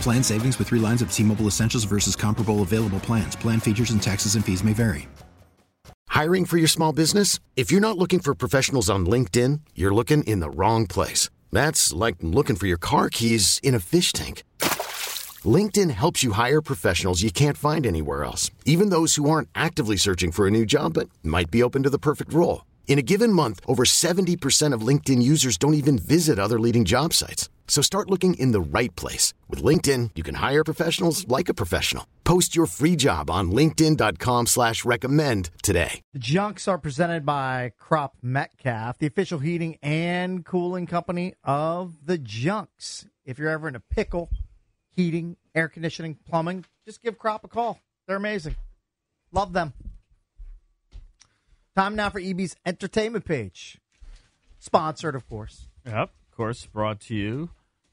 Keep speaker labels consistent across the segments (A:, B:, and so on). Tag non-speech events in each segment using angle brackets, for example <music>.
A: Plan savings with three lines of T Mobile Essentials versus comparable available plans. Plan features and taxes and fees may vary.
B: Hiring for your small business? If you're not looking for professionals on LinkedIn, you're looking in the wrong place. That's like looking for your car keys in a fish tank. LinkedIn helps you hire professionals you can't find anywhere else, even those who aren't actively searching for a new job but might be open to the perfect role. In a given month, over 70% of LinkedIn users don't even visit other leading job sites. So start looking in the right place. With LinkedIn, you can hire professionals like a professional. Post your free job on linkedin.com slash recommend today.
C: The junks are presented by Crop Metcalf, the official heating and cooling company of the junks. If you're ever in a pickle, heating, air conditioning, plumbing, just give Crop a call. They're amazing. Love them. Time now for EB's entertainment page. Sponsored, of course.
D: Yep, of course, brought to you,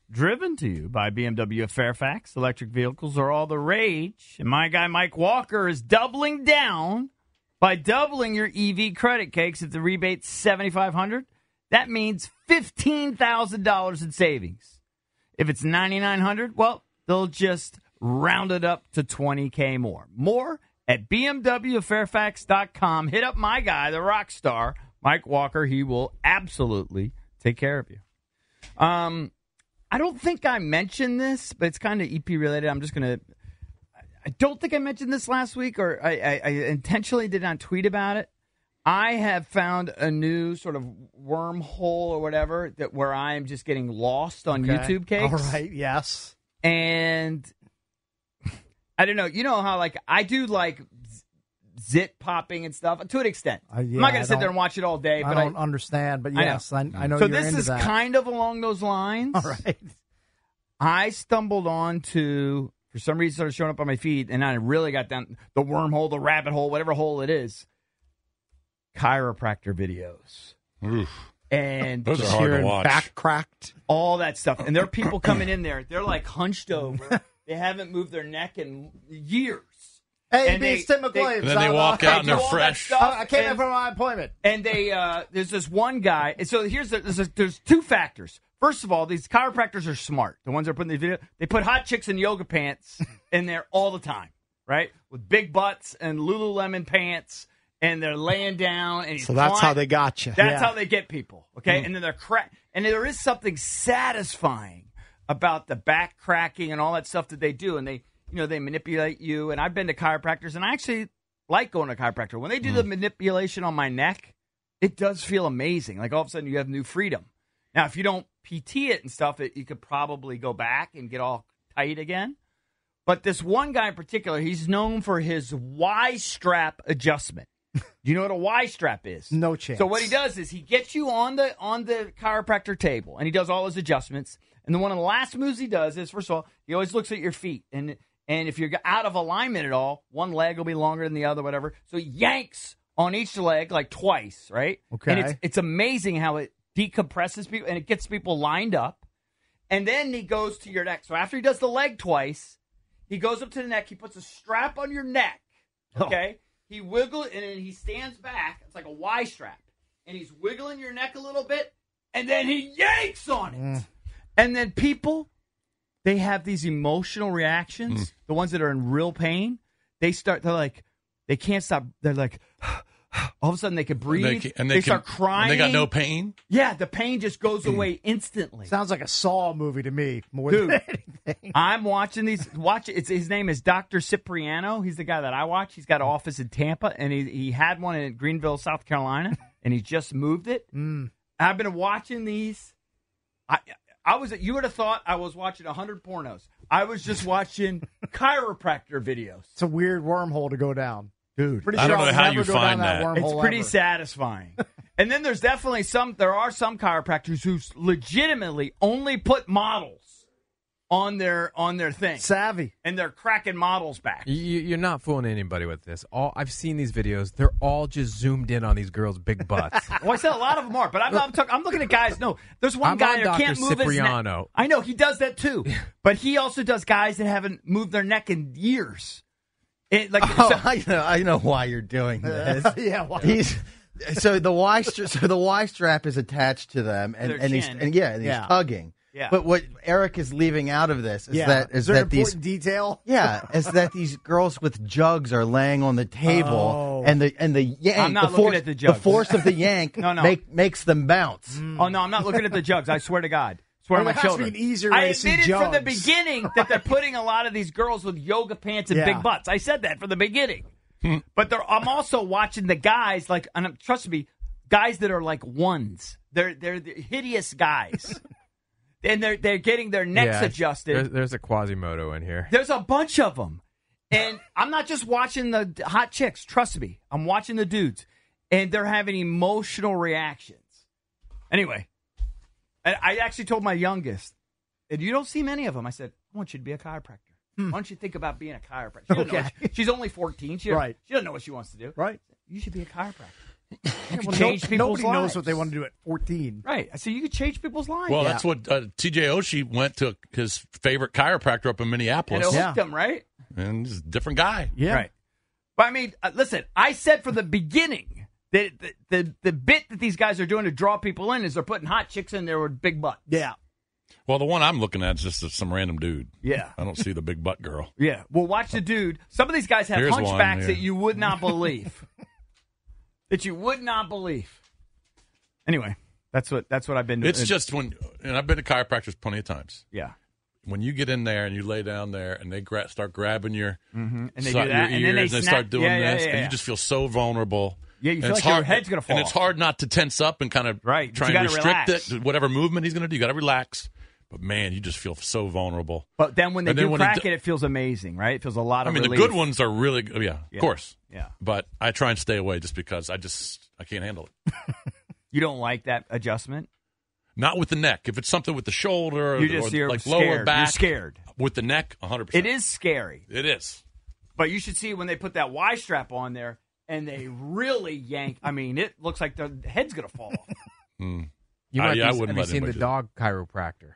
D: driven to you by BMW of Fairfax. Electric vehicles are all the rage. And my guy, Mike Walker, is doubling down by doubling your EV credit cakes at the rebate 7500 That means $15,000 in savings. If it's 9900 well, they'll just round it up to 20K more. More at bmwfairfax.com. Hit up my guy, the rock star, Mike Walker. He will absolutely take care of you. Um, I don't think I mentioned this, but it's kind of EP related. I'm just gonna. I don't think I mentioned this last week, or I, I, I intentionally did not tweet about it. I have found a new sort of wormhole or whatever that where I am just getting lost on YouTube
C: Okay.
D: cakes.
C: All right, yes.
D: and <laughs> I don't know. You know how like I do like z- zit popping and stuff to an extent.
C: Uh, yeah,
D: I'm not
C: I
D: gonna sit
C: don't-
D: there and watch it all day,
C: I
D: but
C: don't understand, but
D: I know.
C: yes, I I know,
D: so
C: you're
D: this
C: into
D: is
C: that.
D: kind of along
E: <laughs>
D: those lines.
C: All right.
D: I stumbled on to for some reason started showing up on my feed, and I really got down the wormhole, the rabbit hole, whatever hole it is. Chiropractor videos and
F: Those are
C: Just
F: hard to
C: hearing
F: watch.
C: back cracked.
D: all that stuff, and there are people coming in there. They're like hunched
F: <laughs>
D: over. they haven't moved their neck in years.
C: Hey,
D: And
C: EB, it's
D: they-
C: Tim
D: they-
C: McClaves.
F: And then they
C: I'm, uh,
F: walk out
D: do
F: and they're
D: all that
F: fresh.
D: stuff.
C: I I came in
D: And-
C: for my appointment.
D: and they uh, there's this one guy. And so here's the, there's, a, there's two factors. First of all, these chiropractors are smart. The ones that are putting these video, they put hot chicks in yoga pants in there all the time, right? With big butts and Lululemon pants, and they're laying down. And he's
C: So that's
D: climbing-
C: how they got you.
D: That's
C: Yeah.
D: how they get people. Okay, and then they're crack. And there is something satisfying about the back cracking and all that stuff that they do, and they you know they manipulate you. And I've been to chiropractors, and I actually like going to a chiropractor when they do the manipulation on my neck. It does feel amazing. Like all of a sudden you have new freedom. Now, if you don't PT it and stuff, it, you could probably go back and get all tight again. But this one guy in particular, he's known for his Y strap adjustment. Do you know what a Y strap is?
C: No chance.
D: So what he does is he gets you on the on the chiropractor table and he does all his adjustments. And then one of the last moves he does is first of all, he always looks at your feet and and if you're out of alignment at all, one leg will be longer than the other, whatever. So he yanks on each leg like twice, right?
C: Okay.
D: And it's it's amazing how it decompresses people and it gets people lined up. And then he goes to your neck. So after he does the leg twice, he goes up to the neck. He puts a strap on your neck. Okay. He wiggles and then he stands back. It's like a Y strap. And he's wiggling your neck a little bit. And then he yanks on it. And then people, they have these emotional
F: Mm.
D: reactions. The ones that are in real pain, they start, they're like, <sighs> they can't stop. They're like, all of a sudden they could breathe.
F: they, ca- and they, can-
D: start crying.
F: and they got no pain. Mm.
D: Yeah, the pain just goes away instantly.
C: Sounds like a Saw movie to me. More than
D: Dude, I'm watching these. Watch it's his name is Doctor Cipriano. He's the guy that I watch. He's got an office in Tampa, and he he had one in Greenville, South Carolina, and he just moved it. I've been watching these. I I was you would have thought I was watching hundred pornos. I was just watching chiropractor videos.
C: it's a weird wormhole to go down, dude. Pretty
F: I don't
C: I'll
F: know how
C: never
F: you
C: go
F: find
C: down that.
F: that.
C: wormhole
D: It's pretty
C: ever.
D: satisfying. <laughs> and then there's definitely some. There are some chiropractors who legitimately only put models on their on their thing,
C: Savvy.
D: and they're cracking models <laughs> back.
G: You, you- you're not fooling anybody with this. All I've seen these videos; they're all just zoomed in on these
D: <laughs>
G: girls' big butts.
D: Well, I said a lot of them are, but I'm, I'm, talk, I'm looking at guys. No, there's one
G: I'm
D: guy
G: on
D: that
G: Dr.
D: can't move his neck.
G: Cipriano.
D: I know he does that
F: <laughs>
D: too, but he also does guys that haven't moved their neck in years. It, like
E: Oh,
D: so-
E: I know, I know why you're doing this.
C: <laughs> yeah, why?
E: he's so the Y stra- so the Y strap is attached to them, and,
D: Their
E: and he's
D: chin.
E: and yeah, and he's
C: Yeah.
E: tugging.
D: Yeah.
E: But what Eric is leaving out of this is
C: yeah.
E: that is,
C: is there an
E: that these
C: important detail?
E: <laughs>
C: <laughs>
E: yeah is that these girls with jugs are laying on the table,
C: Oh.
E: and the and the yank
D: I'm
E: the
D: not looking
E: force,
D: at the jugs.
E: force
D: <laughs>
E: of the yank
D: No, no.
E: Make, makes them bounce.
C: Mm.
D: oh no, I'm not looking at the jugs. I swear to God, swear to
C: Well,
D: my
C: there has to
D: children.
C: be an easier
D: I
C: way to see
D: admitted from the
C: jugs.
D: beginning that
C: <laughs>
D: they're putting a lot of these girls with yoga pants and
C: Yeah.
D: big butts. I said that from the beginning.
G: Hmm.
D: but they're, I'm also watching the guys like, and I'm, trust me, guys that are like ones. They're they're the hideous
C: <laughs>
D: guys. And they're they're getting their necks
G: Yeah,
D: adjusted.
G: There's, there's a Quasimodo in here.
D: There's a bunch of them. And I'm not just watching the d- hot chicks, trust me. I'm watching the dudes. And they're having emotional reactions. Anyway, and I actually told my youngest, and you don't see many of them. I said, I want you to be a chiropractor. Why don't you think about being a chiropractor? She
C: <laughs>
D: doesn't know what
C: Hmm. Okay.
D: she- she's only 14. She doesn't,
C: Right.
D: she doesn't know what she wants to do.
C: Right.
D: You should be a
C: <laughs>
D: chiropractor. You can
C: Well, no-
D: change people's
C: nobody knows what they want to do at 14.
D: Right. I said, you could change people's lives.
F: Well, that's what uh, T.J. Oshie went to his favorite chiropractor up
D: and
F: in
D: it
F: Minneapolis,
D: hooked
C: Yeah.
D: them, right?
F: and he's a different guy.
C: Yeah.
D: Right. But I mean, uh, listen, I said from the beginning that the, the, the bit that these guys are doing to draw people in is they're putting hot chicks in there with big butt.
C: Yeah.
F: Well, the one I'm looking at is just some random dude.
D: Yeah.
F: I don't see the big butt girl.
D: Yeah. Well, watch the dude. Some of these guys have
F: Here's one,
D: hunchbacks
F: yeah.
D: that you would not believe. that you would not believe. Anyway, that's what that's what I've been
F: It's
D: uh,
F: just when, and I've been to chiropractors plenty of times.
D: yeah.
F: When you get in there and you lay down there and they gra- start grabbing your,
D: Mm-hmm. And they
F: side-
D: do that
F: your
D: and
F: ears
D: then they, snap.
F: start doing
D: yeah, yeah,
F: this,
D: yeah,
F: and
D: yeah.
F: you just feel so vulnerable.
D: Yeah, you
F: And
D: feel
F: it's
D: like your head's gonna fall
F: And it's
D: off.
F: hard not to tense up and kind of
D: Right, but
F: try
D: you
F: and
D: gotta
F: restrict
D: relax.
F: it. to Whatever movement he's going to do, you got to relax. But man, you just feel so vulnerable.
D: But then when they
F: And then
D: do
F: when it
D: crack
F: do-
D: it, it feels amazing, right? It feels a lot
F: I
D: of
F: mean,
D: relief.
F: the good ones are really, yeah,
D: Yeah.
F: of course.
D: Yeah.
F: But I try and stay away just because I just I can't handle it.
D: You don't like that uh, adjustment?
F: Not with the neck. If it's something with the shoulder, or,
D: You're just
F: or
D: you're
F: like
D: scared.
F: lower back,
D: You're scared.
F: with the neck, 100.
D: It is scary.
F: It is.
D: But you should see when they put that Y strap on there and they really yank. I mean, it looks like their head's gonna fall off.
G: You
F: Hmm. I-
G: might
F: yeah, I
G: be, have
F: wouldn't
G: you
F: let
G: seen
F: anybody
G: the
F: do
G: dog chiropractor?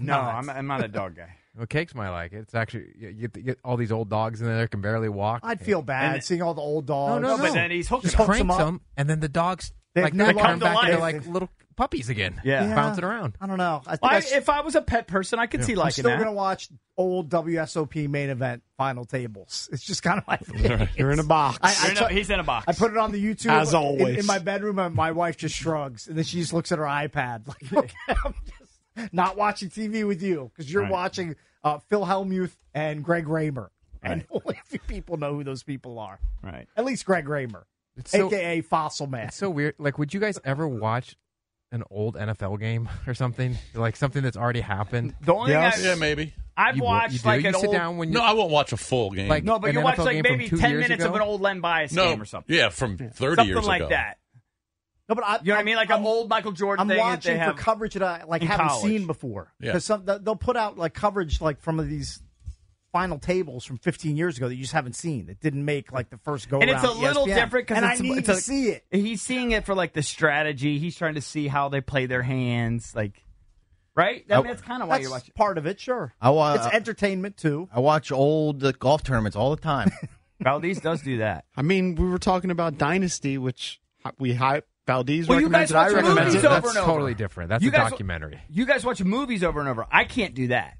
D: no, I'm, I'm not a dog guy.
G: Well, Cakes might like it. It's actually you get, you get all these old dogs in there that can barely walk.
C: I'd feel bad
D: And-
C: seeing all the old dogs.
G: No,
D: but then he's hooked.
C: Just
G: just
C: hooks
G: cranks
C: them up.
G: them, and then the dogs
C: They have
G: like
C: no
G: they
C: life.
D: Come
G: come back
D: to
G: into
D: life.
G: like little puppies again.
D: Yeah.
C: Yeah.
G: bouncing around.
C: I don't know. I think
D: Well, I-
C: I,
D: if I was a pet person, I could see
C: am
D: liking
C: still
D: that.
C: going to watch old WSOP main event final tables. It's just
F: <laughs>
C: kind of like
H: You're in a box.
C: I- I
D: You're in a- he's in a box.
C: I put it on the YouTube
H: As
C: in- in,
H: always.
C: my bedroom, and my wife just shrugs, and then she just looks at her iPad <laughs> like, "Okay, I'm just not watching TV with you because you're watching uh, Phil Hellmuth and Greg Raymer, and only a few people know <laughs> who those people are.
D: right.
C: At least Greg Raymer,
G: It's so,
C: aka Fossil Man.
G: it's so weird. Like, would you guys ever watch an old NFL game or something? Like something that's already happened.
D: The only
C: Yes.
D: thing I,
F: Yeah, maybe.
D: I've
G: You wa-
D: watched
G: you do.
D: like
G: you
D: an
G: sit
D: old
G: down when you
F: No, I won't watch a full game.
G: Like,
D: no, but
G: an
D: you
G: NFL
D: watch like
G: game from
D: maybe
G: two
D: ten
G: years
D: minutes
G: ago?
D: of an old Len Bias
F: no,
D: game or something,
F: Yeah, from 30
D: something
F: years
D: like
F: ago.
D: that.
C: no, but I,
D: You know what I mean? Like
C: I'm-
D: an old Michael Jordan
C: I'm
D: thing. that
C: watching
D: they
C: for
D: have.
C: coverage that I like
D: in
C: haven't
D: college.
C: seen before.
F: Yeah.
C: Because some they'll put out like coverage like from these final tables from 15 years ago that you just haven't seen that didn't make like the first go.
D: and it's a
C: around E at
D: little
C: ESPN.
D: different because
C: and I need to see it.
D: He's seeing it for like the strategy. He's trying to see how they play their hands, like right. I mean, that's kind of why
C: That's
D: you're watching.
C: part of it, sure.
E: I wa-
C: it's entertainment too.
E: I watch old uh, golf tournaments all the time.
D: <laughs> Valdez does do that.
H: I mean, we were talking about Dynasty, which we hype. Valdez
D: Well, you guys
H: recommends it. I
D: watch
H: recommend
D: movies
H: it.
D: over
G: That's
D: and over.
G: totally different. That's
D: You
G: a
D: guys-
G: documentary.
D: You guys watch movies over and over. I can't do that.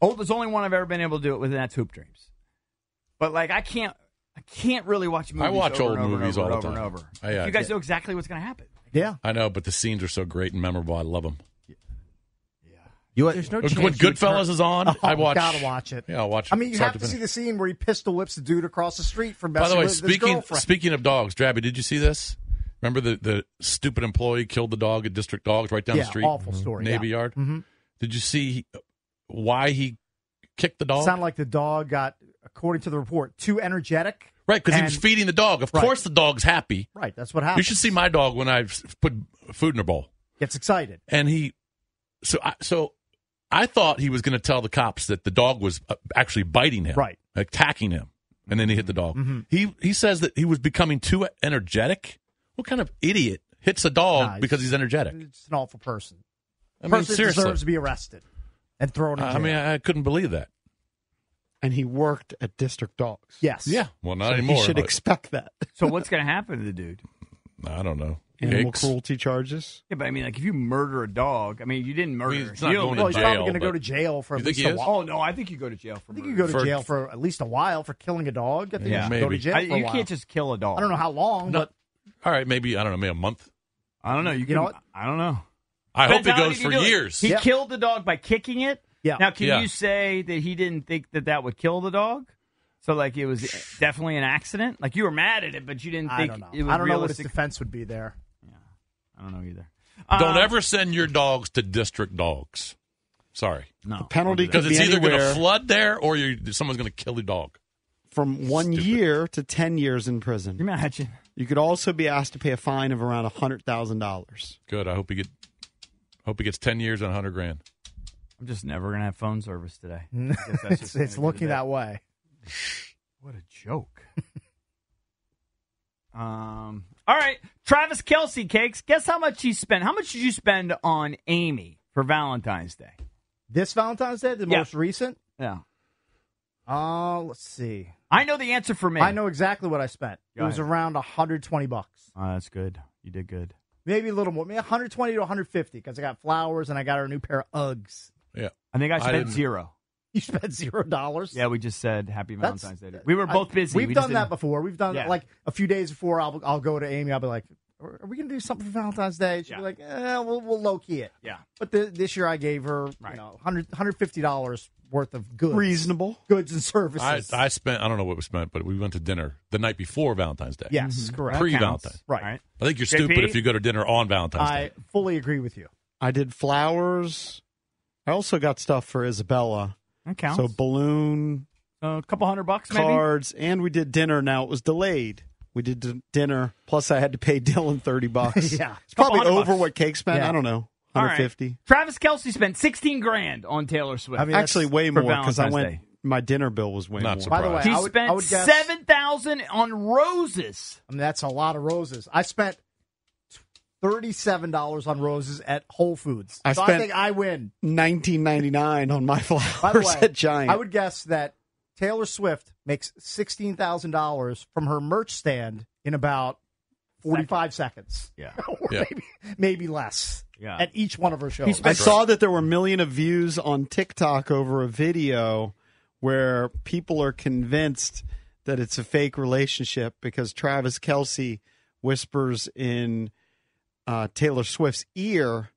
D: Oh, there's only one I've ever been able to do it with, and that's Hoop Dreams. But like, I can't. I can't really watch movies.
F: I watch
D: over
F: old
D: and over and
F: movies
D: over
F: all
D: and
F: the
D: over
F: time.
D: and
F: I,
D: over.
F: uh,
D: you guys
F: yeah.
D: know exactly what's going to happen.
C: Yeah.
F: I know, but the scenes are so great and memorable. I love them.
E: You
G: There's no chance.
F: When
G: you would
F: Goodfellas
G: turn-
F: is
C: <laughs>
F: on,
C: Oh,
F: I watch.
C: Gotta watch it.
F: Yeah, I'll watch it.
C: I mean, you
F: start
C: have to see
F: finish.
C: the scene where he pistol whips the dude across the street from.
F: By the way,
C: with his
F: speaking
C: girlfriend.
F: speaking of dogs, Drabby, did you see this? Remember the, the stupid employee killed the dog at District Dogs right down
C: yeah,
F: the street,
C: awful story.
F: Navy
C: yeah.
F: Yard.
C: Mhm.
F: Did you see why he kicked the dog?
C: Sounded like the dog got, according to the report, too energetic.
F: right, because he was
C: and-
F: feeding the dog. Of
C: Right.
F: course, the dog's happy.
C: Right, that's what happened.
F: You should see my dog when I s- put food in her bowl,
C: Gets excited.
F: and he. So I so I thought he was going to tell the cops that the dog was uh, actually biting him,
C: Right. Mm-hmm.
F: attacking him, and then he hit the dog. He he says that he was becoming too energetic. What kind of idiot hits a dog
C: Nah,
F: because he's energetic?
C: It's an awful person.
F: I mean,
C: person that
F: seriously.
C: deserves to be arrested and thrown in jail.
F: I mean, I I couldn't believe that.
H: and he worked at District Dogs.
C: yes.
F: Well, not
H: so
F: anymore.
H: You should
F: but-
H: expect that.
D: So what's going to <laughs> happen to the dude?
F: I don't know.
H: Animal
F: Yikes.
H: cruelty charges.
D: Yeah, but I mean, like if you murder a dog, I mean, you didn't murder.
F: He's
D: it.
F: not
D: You don't-
F: going to
C: Well, he's probably
F: jail,
C: going to go
F: but-
C: to jail for
F: You
C: at
F: think
C: least
F: he
C: a
F: is?
C: while.
D: Oh no, I think you go to jail for.
C: I think you
D: murder.
C: go to
F: For-
C: jail for at least a while for killing a dog. I think
D: Yeah,
C: you should go to
F: maybe.
C: jail
D: I-
C: for a
D: you
C: while.
D: can't just kill a dog.
C: I don't know how long,
F: No.
C: but
F: All right, maybe I don't know, maybe a month.
D: I don't know. You,
C: You
D: can,
C: know what?
D: I don't know.
F: I hope
D: Depends
F: it
D: how
F: goes
D: you
F: for
D: do it.
F: years.
D: He
C: Yeah.
D: killed the dog by kicking it.
C: yeah.
D: Now, can
F: Yeah.
D: you say that he didn't think that that would kill the dog? So, like,
C: <sighs>
D: it was definitely an accident. Like, you were mad at it, but you didn't
C: I
D: think
C: don't know.
D: it was
C: I don't know what his
D: realistic.
C: defense would be there.
D: I don't know either.
F: Don't
D: Um,
F: ever send your dogs to district dogs. Sorry,
D: No,
H: The penalty
F: because
H: could
F: it's
H: be
F: either going to
H: anywhere
F: flood there or you someone's going to kill your dog.
H: from one
F: Stupid.
H: year to ten years in prison.
D: Imagine.
H: You could also be asked to pay a fine of around hundred thousand dollars.
F: Good. I hope he get. Hope he gets ten years and hundred grand.
D: I'm just never gonna have phone service
C: <laughs>
D: today.
C: it's it's looking that way.
D: What a joke. <laughs> um. All right, Travis Kelsey cakes. Guess how much he spent? How much did you spend on Amy for Valentine's Day?
C: This Valentine's Day, the
D: Yeah.
C: most recent.
D: Yeah,
C: Uh, let's see.
D: I know the answer for me.
C: I know exactly what I spent.
D: Go
C: it was
D: ahead.
C: around 120 bucks,
D: Oh, that's good. You did good.
C: maybe a little more, maybe 120 to 150 because I got flowers and I got her a new pair of Uggs. <laughs>
F: Yeah.
D: I think I
F: I
D: spent
F: didn't-
D: zero.
C: You spent zero dollars.
D: Yeah, we just said happy
C: That's-
D: Valentine's Day. We were both
C: I-
D: busy.
C: We've
D: We just
C: done that
D: didn't-
C: before. We've done
D: Yeah.
C: like a few days before. I'll I'll go to Amy. I'll be like, "Are are we gonna do something for Valentine's Day?" She'll
D: Yeah.
C: be like, eh, "We'll we'll low key it."
D: Yeah.
C: But the, this year I gave her
D: Right.
C: you know 100, 150 dollars worth of goods,
H: Reasonable.
C: goods and
F: I,
C: services.
F: I spent. I don't know what was spent, but we went to dinner the night before Valentine's Day.
C: yes,
D: Mm-hmm.
C: correct.
F: Pre-
D: counts.
F: Valentine.
C: Right.
D: Alright.
F: I think you're
D: JP?
F: stupid if you go to dinner on Valentine's Day.
C: I fully agree with you.
H: I did flowers. I also got stuff for Isabella.
D: That counts.
H: So balloon
D: Uh, a couple hundred bucks, maybe.
H: cards, and we did dinner. Now it was delayed. We did d- dinner. Plus, I had to pay <laughs> Dylan thirty bucks.
C: Yeah.
H: it's probably
D: Couple hundred
H: over
D: bucks.
H: what Cake spent.
C: Yeah.
H: I don't know,
D: All
H: hundred
D: right.
H: fifty.
D: Travis Kelsey spent sixteen grand on Taylor Swift.
C: I mean, that's-
H: Actually, way
D: for
H: more because I went.
D: Valentine's Day.
H: My dinner bill was way
F: Not
H: more.
F: surprised.
C: By the way,
D: he
C: I would,
D: spent
C: I would guess,
D: seven thousand on roses.
C: I mean, that's a lot of roses. I spent thirty-seven dollars on roses at Whole Foods.
H: I
C: so I
H: spent-
C: think I win.
H: Nineteen ninety nine on my <laughs>
C: By the
H: flowers
C: way,
H: at Giant.
C: I would guess that Taylor Swift makes sixteen thousand dollars from her merch stand in about forty-five seconds,
D: Yeah.
C: <laughs> or
F: Yeah.
C: maybe maybe less.
D: Yeah.
C: at each one of her shows.
D: He
H: I
D: spent-
H: saw that there were a million of views on TikTok over a video where people are convinced that it's a fake relationship because Travis Kelsey whispers in uh, Taylor Swift's ear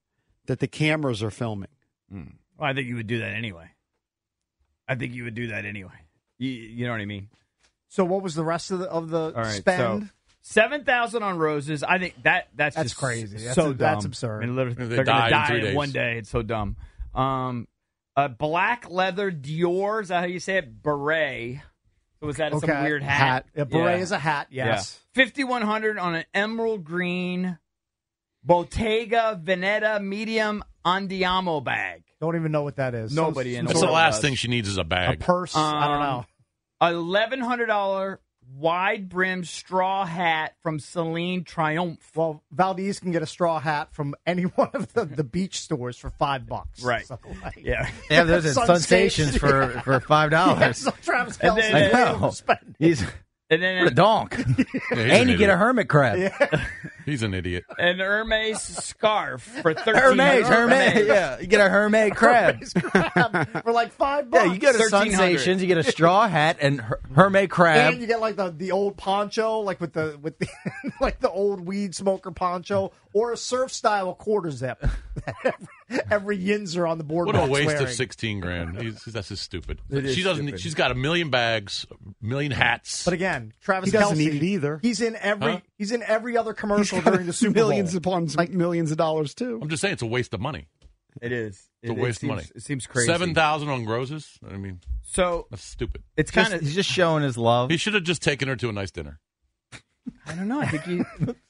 H: that the cameras are filming.
D: Well, I think you would do that anyway. I think you would do that anyway. You, you know what I mean?
C: so what was the rest of the of the
D: All right.
C: spend?
D: So seven thousand on roses. I think that that's
C: That's
D: just
C: crazy. That's-
D: so
C: that's
D: dumb.
C: absurd.
D: I mean, literally,
F: They
D: they're gonna
F: die in
D: die
F: three
D: in
F: days.
D: one day. It's so dumb. Um, a black leather Dior. Is that how you say it? Beret. So was that some weird hat?
C: A beret
D: Yeah.
C: is a hat. Yes.
D: Fifty one hundred on an emerald green Bottega Veneta medium Andiamo bag.
C: Don't even know what that is. Some-
D: Nobody in
C: some
D: the
F: That's
C: sort
F: the
D: world.
C: of
F: last
D: does.
F: thing she needs is a
C: A
F: bag.
C: purse. I don't
D: Um,
C: know.
D: eleven hundred dollar wide brim straw hat from Celine Triumph.
C: Well, Valdez can get a straw hat from any <laughs> one of the, the beach stores for five bucks.
D: Right.
C: So, like,
D: Yeah.
I: They have
D: <laughs>
I: those at
C: Sun
I: Sun
C: Stations.
I: Stations for for five dollars.
C: That's what Travis
D: And
C: <laughs> Kelsey.
D: then-
C: will spend.
I: He's
D: And then
I: What a donk.
F: Yeah, he's
I: and
F: an
I: you get a
F: idiot.
I: hermit crab. <laughs>
F: He's an idiot.
D: an Hermes scarf for thirteen.
I: Hermes, Hermes, yeah. <laughs> You get a Hermes crab.
C: for like five bucks.
I: Yeah, <laughs> you get a
D: 1300.
I: Sensations, you get a straw hat and her- Hermes crab.
C: <laughs> And you get like the, the old poncho, like with the with the <laughs> like the old weed smoker poncho, or a surf style quarter zip. <laughs> every, every yinzer on the board.
F: What a waste of sixteen grand. He's, that's just stupid.
I: It is
F: She doesn't.
I: stupid.
F: She's got a million bags, a million hats.
C: But again, Travis
H: He doesn't
C: Kelce,
H: need it either.
C: He's in every
F: Huh?
C: he's in every other
H: He's
C: commercial
H: got
C: during the Super Bowl.
H: millions upon millions of dollars too.
F: I'm just saying, it's a waste of money.
D: It is.
F: It's a waste
D: seems,
F: of money.
D: It seems crazy.
F: Seven thousand on roses. I mean,
D: So
F: that's stupid.
D: it's
I: Just-
D: kind of.
I: he's just showing his love.
F: He should have just taken her to a nice dinner. <laughs>
D: I don't know. I
I: <laughs>
D: think you,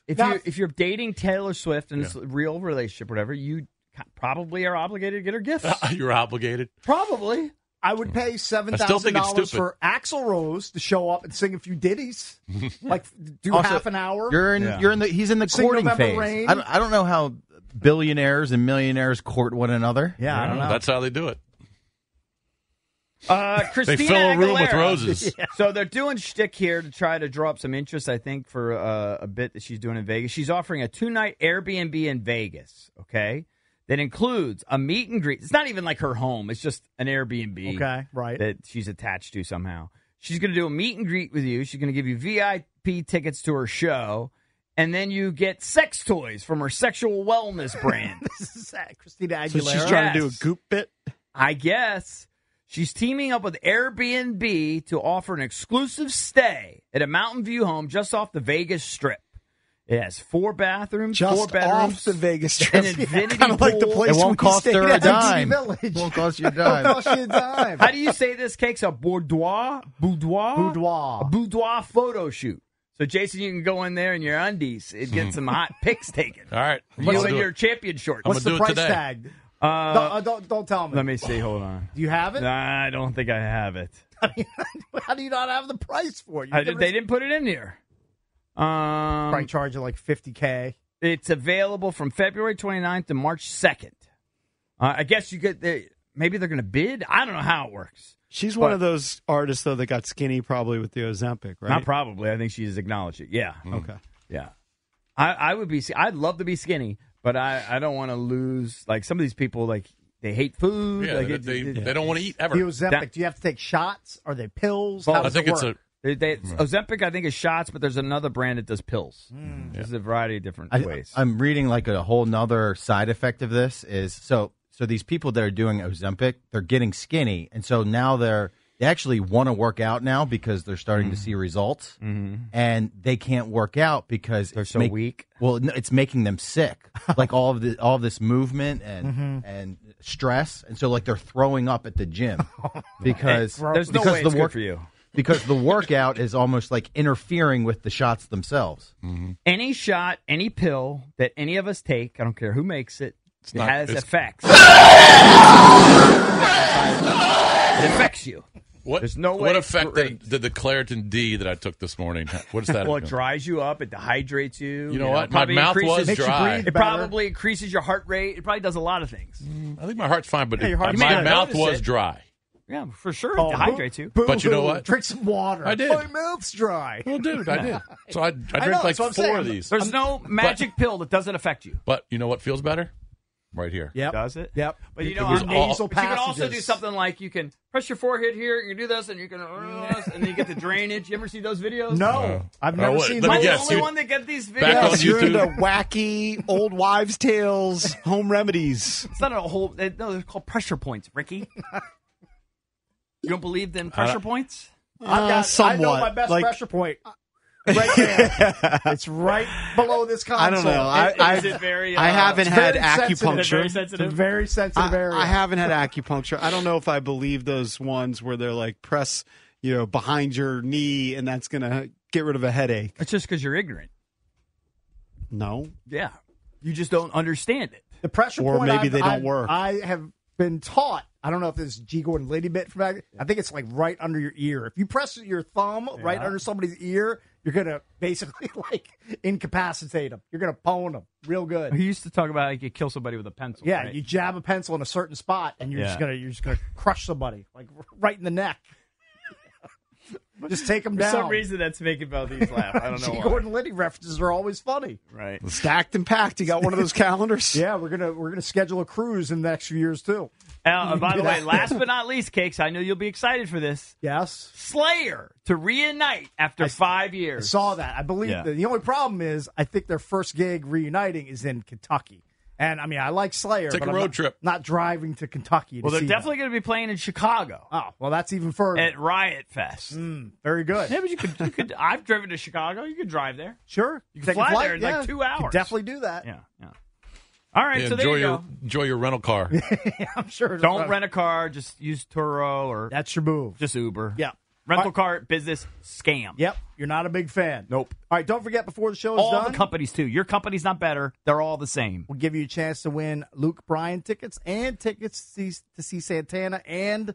D: if
C: Now-
D: you if you're dating Taylor Swift and it's a real relationship, whatever, you ca- probably are obligated to get her gifts.
F: <laughs> You're obligated.
C: Probably. I would pay seven
F: still
C: thousand
F: think it's
C: dollars for
F: stupid.
C: Axl Rose to show up and sing a few ditties, like do
I: Also,
C: half an hour.
I: You're in.
H: Yeah.
I: You're in the. He's in the
C: Sing
I: courting
C: November
I: phase.
C: Rain.
I: I don't, I don't know how billionaires and millionaires court one another.
C: yeah, I don't know.
F: That's how they do it.
D: Uh, Christina
F: they fill a room with
D: Aguilera.
F: roses.
D: <laughs> So they're doing shtick here to try to draw up some interest, I think, for uh, a bit that she's doing in Vegas. She's offering a two night Airbnb in Vegas, okay? That includes a meet and greet. It's not even like her home, it's just an Airbnb
C: Okay, right.
D: that she's attached to somehow. She's going to do a meet and greet with you. She's going to give you VIP tickets to her show. And then you get sex toys from her sexual wellness brand.
C: <laughs> This is uh, Christina
H: So
C: Aguilera.
H: she's trying to do a
D: Yes.
H: goop bit.
D: I guess. She's teaming up with Airbnb to offer an exclusive stay at a Mountain View home just off the Vegas Strip. It has four bathrooms, four
H: Just
D: bedrooms,
H: off the Vegas
D: an
C: <laughs>
H: Strip.
D: infinity
H: Kinda like the
D: pool.
H: place
I: It won't
H: we
I: cost
H: stayed
I: her
H: at.
I: a dime.
C: Village.
I: Won't cost you a
C: Don't
I: dime.
C: cost you a dime.
D: How do you say this cake's a boudoir? Boudoir?
C: Boudoir.
D: A boudoir photo shoot. So, Jason, you can go in there in your undies and
I: Hmm.
D: get some hot pics
I: <laughs>
D: taken.
F: All right, I'm
D: You
F: gonna
D: in
F: do
D: your
F: it.
D: champion shorts.
F: I'm
C: What's the
F: gonna do it
C: price
F: today.
C: tag?
D: Uh,
C: don't, uh, don't, don't tell me.
D: let me see. Hold on.
C: Do you have it?
D: Nah, I don't think I have it.
C: <laughs> How do you not have the price for it? You
D: I,
C: give her-
D: they didn't put it in here.
C: probably
D: Um,
C: charge you like fifty k.
D: It's available from February 29th to March 2nd. Uh, I guess you could, they, maybe they're going to bid. I don't know how it works.
H: She's one
D: But-
H: of those artists though that got skinny probably with the Ozempic, right?
D: Not probably. I think she's acknowledged it. Yeah.
H: Okay.
D: Yeah. I, I would be, I'd love to be skinny, but I, I don't want to lose, like, some of these people, like, they hate food.
F: Yeah,
D: like,
F: they,
D: it-
F: they,
D: it-
F: they don't want to eat
C: The
F: ever.
C: Ozempic.
D: That-
C: Do you have to take shots? Are they pills?
D: Well,
C: How
F: I
C: does
F: think
C: it
F: it's Hmm. a.
C: work?
D: They, they, Ozempic, I think, is shots, but there's another brand that does pills.
C: Hmm.
D: There's a variety of different
I: I,
D: ways.
I: I'm reading like a whole nother side effect of this is so so these people that are doing Ozempic, they're getting skinny, and so now they're they actually want to work out now because they're starting to
D: Mm-hmm.
I: see results, and they can't work out because
D: They're
I: it's
D: so weak.
I: Well, no, it's making them
D: <laughs>
I: sick, like all of the all of this movement and
D: Mm-hmm.
I: and stress, and so like they're throwing up at the
D: <laughs>
I: gym because
D: Oh there's no
I: because
D: way
I: the
D: it's
I: work
D: good for you.
I: because the workout is almost like interfering with the shots themselves.
F: Mm-hmm.
D: any shot, any pill that any of us take, I don't care who makes it, it
F: not-
D: has
F: it's- <laughs>
D: effects. it affects you.
F: What,
D: There's no way
F: what
D: it's
F: effect
D: great.
F: did, did the Claritin D that I took this morning? What is that?
D: <laughs> Well, it dries you up. It dehydrates you.
F: You know what?
D: it
F: My
D: probably
F: mouth
D: increases-
F: was
C: Makes you
F: dry.
C: breathe
D: It
C: better.
D: probably increases your heart rate. It probably does a lot of things.
F: Mm, I think my heart's fine, but
C: Yeah, your
F: it-
C: heart's
F: my
C: fine.
F: mouth
D: Notice
F: was
D: it.
F: dry.
D: Yeah, for sure.
C: Oh,
D: it dehydrates you.
C: boo-
F: But you know
C: boo-hoo.
F: what?
C: Drink some water.
F: I did.
C: My mouth's dry.
F: Well, dude, I
D: <laughs>
F: did. So I, I drank
C: know,
F: like
C: that's what
F: four
C: I'm saying.
F: of these.
D: There's no magic pill that doesn't affect you.
F: But you know what feels better? Right here.
C: Yep.
D: Does it?
C: Yep.
D: But you
C: It
D: know,
C: was
D: I'm-
C: nasal
D: but you can also do
C: passages.
D: something like you can press your forehead here, you can do this, and you can, uh, and then you get the drainage. You ever see those videos?
C: No,
F: Uh,
C: I've
F: oh,
C: never
F: what?
C: seen.
F: Let me
C: that.
D: I'm
F: guess.
D: the only
F: you-
D: one that get these videos.
F: Back on
H: Yes, you're
F: YouTube.
H: into wacky old wives' tales, home remedies.
D: It's not a whole. they- No, they're called pressure points, Ricky.
H: <laughs>
D: you don't believe in pressure points?
C: I've got.
H: Uh,
C: I know my
H: somewhat.
C: best
H: Like-
C: pressure point. Right there. it's right below this console.
H: I don't know. I,
D: Is
H: I've,
D: it very,
H: I
D: uh,
H: haven't
C: It's
H: had
C: very
H: acupuncture.
C: sensitive. It's a very sensitive
H: I,
C: area.
H: I haven't had acupuncture. I don't know if I believe those ones where they're like press, you know, behind your knee, and that's gonna get rid of a headache.
D: It's just because you're ignorant.
H: No,
D: Yeah, you just don't understand it.
C: The pressure
H: Or
C: point,
H: maybe
C: I've-
H: they don't
C: I've-
H: work.
C: I have been taught. I don't know if this is G Gordon Lady bit from back. I think it's like right under your ear. If you press your thumb right under somebody's ear, you're gonna basically <laughs> like incapacitate them. You're gonna pwn them real good.
D: He used to talk about like you kill somebody with a pencil.
C: Yeah,
D: right?
C: you jab a pencil in a certain spot, and you're just
D: Yeah.
C: gonna you're just gonna crush somebody like right in the neck. <laughs> Just take them
D: For
C: down.
D: some reason, that's making Valdez laugh. I
C: <laughs>
D: don't know
C: Gee,
D: why.
C: Gordon Liddy references are always funny.
D: Right.
H: Stacked and packed. You got one of
C: <laughs>
H: those calendars.
C: yeah, we're gonna we're gonna schedule a cruise in the next few years too.
D: Uh, by the way,
C: <laughs>
D: last but not least, Cakes, I know you'll be excited for this.
C: Yes.
D: Slayer to reunite after five years.
C: I saw that. I believe
D: Yeah.
C: that. The only problem is, I think their first gig reuniting is in Kentucky. And I mean, I like Slayer.
D: Take
C: but
D: a
C: I'm
D: road
C: not-
D: trip.
C: Not driving to Kentucky. To
D: Well, they're
C: see
D: definitely going to be playing in Chicago.
C: Oh, well, that's even further. Mm,
D: At Riot Fest.
C: very good.
D: Maybe you could, you
C: <laughs>
D: could. I've driven to Chicago. You could drive there.
C: Sure.
D: You can
C: Take a
D: fly
C: flight,
D: there in
C: yeah.
D: like two hours.
C: Could definitely do that.
D: Yeah. Yeah. All right.
F: Yeah,
D: so there
F: enjoy
D: you
F: your
D: go.
F: enjoy your
D: <laughs>
F: rental car.
C: I'm sure.
D: Don't rent a car. Just use Turo or
C: that's your move.
D: Just Uber.
C: Yeah.
D: Rental car business scam.
C: Yep. You're not a big fan. Nope. All right. Don't forget before the show is
D: All
C: done.
D: the companies too. Your company's not better. They're all the same.
C: We'll give you a chance to win Luke Bryan tickets and tickets to see, to see Santana and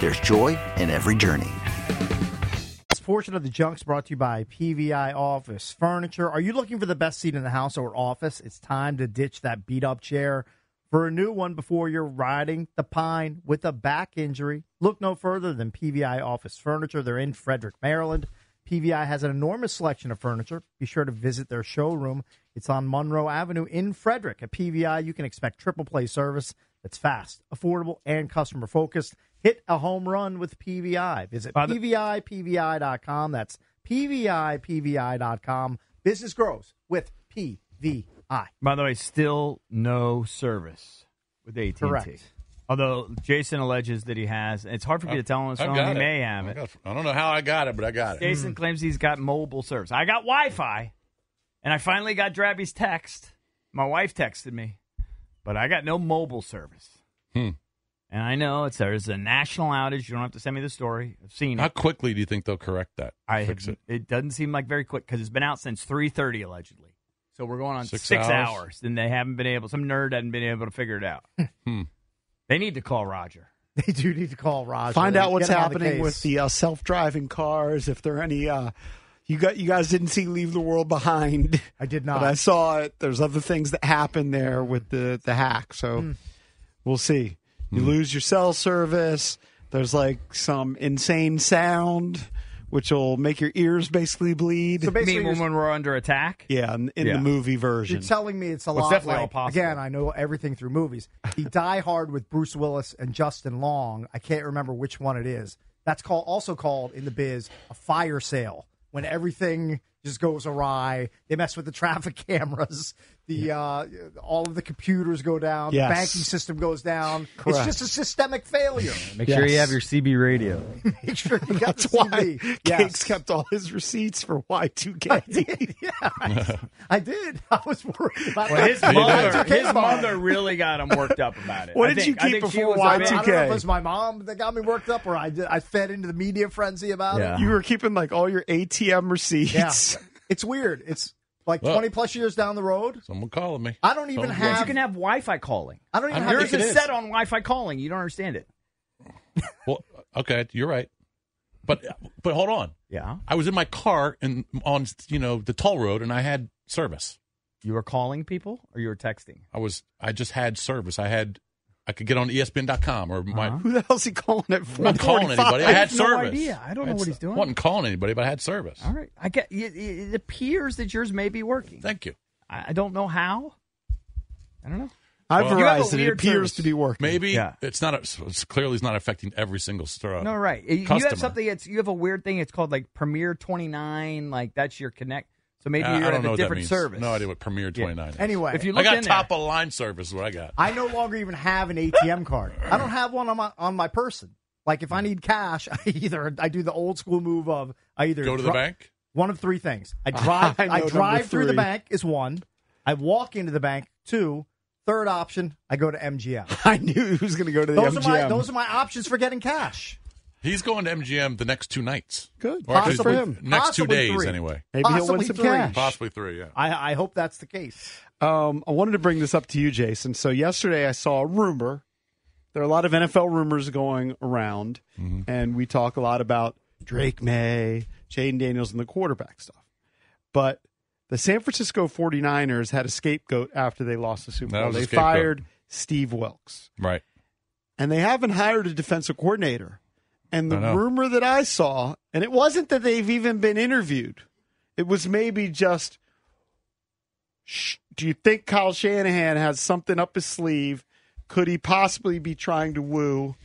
J: there's joy in every journey.
C: This portion of the junk's brought to you by PVI Office Furniture. Are you looking for the best seat in the house or office? It's time to ditch that beat up chair for a new one before you're riding the pine with a back injury. Look no further than PVI Office Furniture. They're in Frederick, Maryland. PVI has an enormous selection of furniture. Be sure to visit their showroom. It's on Monroe Avenue in Frederick. At PVI, you can expect triple play service that's fast, affordable, and customer focused. Hit a home run with PVI. Visit PVIPVI.com. That's PVIPVI.com. Business grows with PVI.
H: <laughs>
D: By the way, still no service with AT&T.
C: Correct.
D: Although Jason alleges that he has, it's hard for me to tell him on his
F: I've
D: phone.
F: got
D: He
F: it.
D: may have
F: I
D: it.
F: got- I don't know how I got it, but I got it.
D: Jason claims he's got mobile service. I got Wi-Fi, and I finally got Drabby's text. My wife texted me, but I got no mobile service.
F: Hmm.
D: And I know it's there's a national outage. You don't have to send me the story. I've seen
F: How
D: it.
F: quickly do you think they'll correct that?
D: I
F: fix
D: have-
F: it.
D: doesn't seem like very quick because it's been out since three thirty allegedly. So we're going on
F: Six
D: six,
F: hours?
D: hours. and they haven't been able. Some nerd hasn't been able to figure it out.
F: Hmm.
D: They need to call Roger.
C: They do need to call Roger.
H: Find
C: and
H: out what's
C: get him on the
H: happening
C: case.
H: with the uh, self-driving cars. If there are any, uh, you got you guys didn't see "Leave the World Behind."
C: I did not.
H: but I saw it. There's other things that happen there with the the hack. So
C: Hmm.
H: we'll see. You lose your cell service. There's like some insane sound, which will make your ears basically bleed.
C: So basically,
D: Mean when we're under attack.
H: yeah, in, in
D: Yeah.
H: the movie version.
C: You're telling me it's a
D: Well, it's
C: lot.
D: definitely
C: like,
D: all possible.
C: Again, I know everything through movies. The <laughs> Die Hard with Bruce Willis and Justin Long. I can't remember which one it is. That's called also called in the biz a fire sale when everything just goes awry. They mess with the <laughs> traffic cameras. The uh, all of the computers go down.
I: Yes.
C: The banking system goes down.
I: Correct.
C: It's just a systemic failure.
I: Make sure you have your CB radio.
C: <laughs>
I: <laughs>
C: Make sure you got
H: That's
C: the
H: why
C: CD.
H: Cakes kept all his receipts for <laughs> Y2K.
C: I did. I was worried
D: <laughs>
C: about
D: Well,
C: that.
D: his mother,
C: Y2K
D: his
C: bomb.
D: mother really got him worked up about it.
H: What
D: I
H: did
D: think-
H: you
D: I
H: keep
D: think she
H: before
D: was a
C: I
D: bit-
C: don't know if it was my mom that got me worked up, or I did, I fed into the media frenzy about
D: Yeah.
C: it.
H: You were keeping like all your ATM receipts.
C: Yeah, it's weird. It's like
F: Well-
C: twenty plus years down the road.
F: Someone calling me.
C: I don't even
F: Someone
C: have-
D: You can have Wi-Fi calling.
C: I don't even
F: I
C: have
F: don't
D: Yours
F: think it
D: is
F: is.
D: set on Wi-Fi calling. You don't understand it.
F: Well, okay, you're right. But but hold on.
D: Yeah.
F: I was in my car and on you know the toll road, and I had service.
D: You were calling people, or you were texting?
F: I was. I just had service. I had. I could get on E ESPN.com or my.
D: Uh-huh.
H: Who the hell's he calling it for?
F: I'm not calling anybody. I had
D: no
F: service.
D: idea. I don't know
F: It's-
D: what he's doing.
F: wasn't calling anybody, but I had service.
D: All right, I get. It, it appears that yours may be working.
F: Thank you.
D: I, I don't know how. I don't know.
H: I've
D: You have a
H: Verizon. It
D: weird
H: appears
D: service.
H: to be working.
F: Maybe
D: Yeah.
F: it's not. A, it's clearly it's not affecting every single stir.
D: No, right. You- You
F: Oh. customer.
D: have something. It's you have a weird thing. It's called like Premiere Twenty Nine. Like that's your connect. So maybe
F: Uh, I
D: you're
F: don't
D: at
F: know
D: a
F: what that
D: different
F: means.
D: service.
F: No idea what Premier Twenty Nine.
C: Anyway.
D: if you
F: I
D: look
F: got
D: in
F: top of line service. Is what I got.
C: I no longer even have an ATM card. I don't have one on my on my person. Like if I need cash, <laughs> I either I do the old school move of I either
F: Go to the
C: dri-
F: bank?
C: One of three things.
F: <laughs>
C: I drive
H: I
C: I,
H: know number
C: drive through the
H: three.
C: bank is one. I walk into the bank two. Third option, I go to
F: <laughs>
C: MGM.
H: I knew he was going to go to the
C: Those
H: MGM.
C: are my those are my options for getting cash.
F: He's going to MGM the next two nights.
H: Good.
F: Or actually,
H: Good for him.
F: Next two
C: Possibly
F: days,
C: three.
F: anyway.
H: Maybe he'll win
C: Possibly
H: some
C: three.
H: cash.
F: Possibly three. Yeah.
C: I, I hope that's the case.
H: Um, I wanted to bring this up to you, Jason. So yesterday I saw a rumor. There are a lot of NFL rumors going around,
F: Mm-hmm.
H: and we talk a lot about Drake May, Jaden Daniels, and the quarterback stuff. But the San Francisco 49ers had a scapegoat after they lost the Super
F: That
H: Bowl.
F: was a
H: They
F: scapegoat.
H: fired Steve Wilkes,
F: Right.
H: and they haven't hired a defensive coordinator. And the
F: I know.
H: rumor that I saw, and it wasn't that they've even been interviewed, it was maybe just Sh- do you think Kyle Shanahan has something up his sleeve? Could he possibly be trying to woo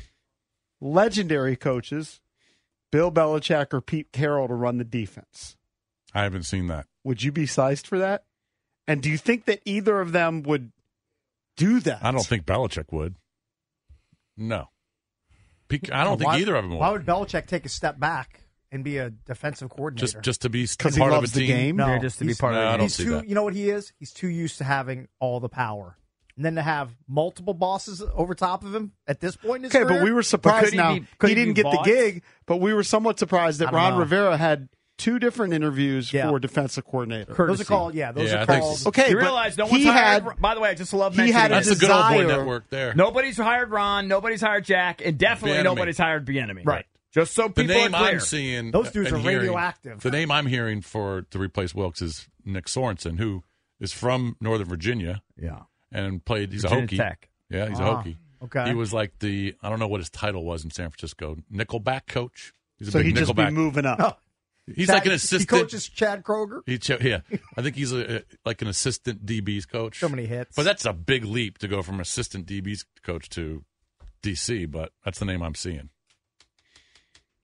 H: legendary coaches, Bill Belichick or Pete Carroll, to run the defense?
F: I haven't seen that.
H: Would you be sized for that? And do you think that either of them would do that?
F: I don't think Belichick would. No. Pete- I don't
C: Why-
F: think either of them
C: Why would
F: would.
C: Belichick take a step back and be a defensive coordinator?
F: Just just to be s- part
H: because he
F: of a
H: loves
F: team.
H: the game.
C: No,
D: There just to be
C: he's-
D: part
F: of the No, I game. don't
C: he's
F: see
C: too,
F: that.
C: You know what he is? He's too used to having all the power, and then to have multiple bosses over top of him at this point in his
H: Okay,
C: career.
H: but we were surprised.
D: he
H: now
D: be-
H: he,
D: could he
H: didn't
D: be
H: get
D: bought?
H: the gig, but we were somewhat surprised
C: I
H: that
C: don't
H: Ron
C: know.
H: Rivera had two different interviews
C: Yeah.
H: for defensive coordinator.
C: Those are called. Yeah, those
F: Yeah, I
C: are
F: think
C: called.
F: so.
H: Okay,
D: you
H: but
D: realize no one's
H: he
D: hired.
H: had-
D: by the way, I just love
H: he
D: mentioning
H: had a
F: That's
D: this.
F: the good old boy
H: desire-
F: network there.
D: Nobody's hired Ron. Nobody's hired Jack, and definitely
F: Bieniemy.
D: nobody's hired Bienemy.
C: Right.
D: Just so
F: The
D: people
F: name
D: are clear.
F: I'm seeing.
C: Those dudes
F: and
C: are
F: hearing-
C: radioactive.
F: The name I'm hearing for to replace Wilkes is Nick Sorensen, who is from Northern Virginia
D: yeah.
F: and played. He's a
D: Virginia
F: Hokie.
D: Tech.
F: Yeah, he's a
C: Ah,
F: Hokie.
C: okay.
F: He was like the I don't know what his title was in San Francisco. Nickelback coach. He's a
H: So
F: big
H: he'd just be
F: Nickelback.
H: moving up.
F: <laughs> he's
C: Chad-
F: like an
C: He
F: assistant.
C: coaches Chad Kroger.
F: He cho- yeah, I think he's a, a- like an assistant DB's coach.
C: So many hits.
F: but that's a big leap to go from assistant DB's coach to DC. But that's the name I'm seeing.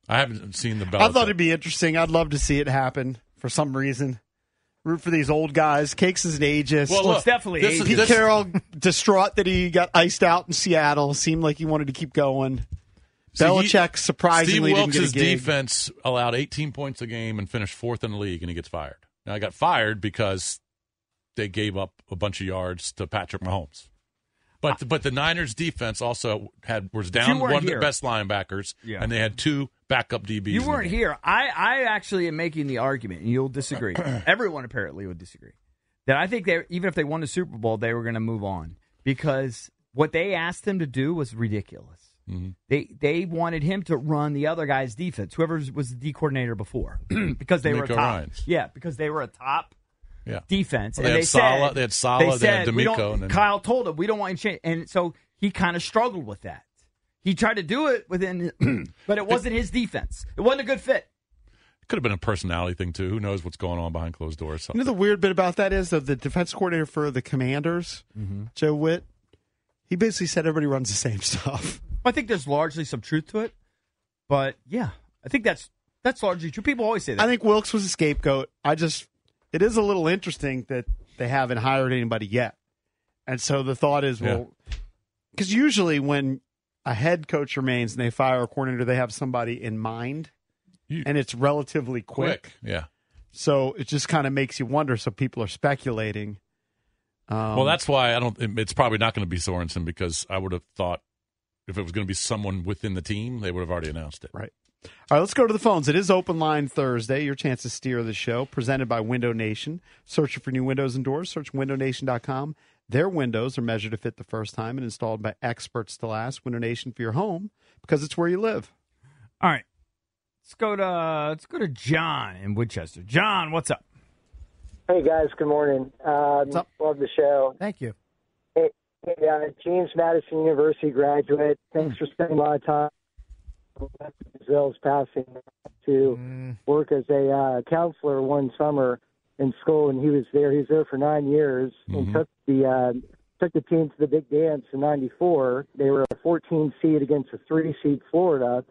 F: I haven't seen the bell.
H: I thought it'd be interesting. I'd love to see it happen for some reason. Root for these old guys. Cakes is an ageist.
F: Well,
D: Well,
F: look,
D: it's definitely
F: this is-
H: Pete
F: this-
H: Carroll, distraught that he got iced out in Seattle, seemed like he wanted to keep going.
F: See, he-
H: Belichick surprisingly
F: Steve
H: didn't get a
F: Wilkes'
H: gig.
F: defense allowed 18 points a game and finished fourth in the league, and he gets fired. Now I got fired because they gave up a bunch of yards to Patrick Mahomes.
H: Ah.
F: But but the Niners defense also had was down
D: You weren't
F: one of the
D: here.
F: best linebackers,
D: Yeah.
F: and they had two backup DBs. in
D: You
F: the
D: weren't
F: game.
D: here. I, I actually am making the argument, and you'll disagree. Everyone apparently would disagree. That I think they even if they won the Super Bowl, they were going to move on because what they asked him to do was ridiculous. They they wanted him to run the other guy's defense, whoever was the D coordinator before, <clears throat> because they were a
F: D'Amico
D: top.
F: Ryans.
D: Yeah, because they were a top
F: Yeah.
D: defense.
F: Well,
D: and
F: they
D: they
F: had Sala-
D: said,
F: they had Sala, they had
D: said, we
F: D'Amico,
D: don't-
F: and then-
D: Kyle told him we don't want you to change, and so he kind of struggled with that. He tried to do it
F: <clears throat>
D: within, but it wasn't his defense. It wasn't a good fit.
F: Could have been a personality thing too. Who knows what's going on behind closed doors? So.
H: You know the weird bit about that is though the defense coordinator for the Commanders, Joe Witt, he basically said everybody runs the same <laughs> stuff.
D: I think there's largely some truth to it, but yeah, I think that's that's largely true. People always say that.
H: I think Wilkes was a scapegoat. I just it is a little interesting that they haven't hired anybody yet. And so the thought is, well, because usually when a head coach remains and they fire a coordinator, they have somebody in mind,
F: You-
H: and it's relatively quick.
F: yeah.
H: So it just kind of makes you wonder. So people are speculating. Um,
F: well, that's why I don't. it- It's probably not going to be Sorensen because I would have thought if it was going to be someone within the team, they would have already announced it.
H: right. All right, let's go to the phones. It is Open Line Thursday. Your chance to steer the show, presented by Window Nation. Searching for new windows and doors. Search windownation.com. Their windows are measured to fit the first time and installed by experts to last. Window Nation for your home because it's where you live.
D: All right. Let's go to let's go to John in Winchester. John, what's up?
K: Hey guys, good morning. Um, Love the show.
C: Thank you.
K: Hey, hey, uh, James Madison University graduate. Thanks
C: Hmm.
K: for spending a lot of time. Brazil's passing to
C: Hmm.
K: work as a uh, counselor one summer in school, and he was there. He was there for nine years
C: Mm-hmm.
K: and took the uh, took the team to the big dance in '94. They were a 14 seed against a three seed Florida,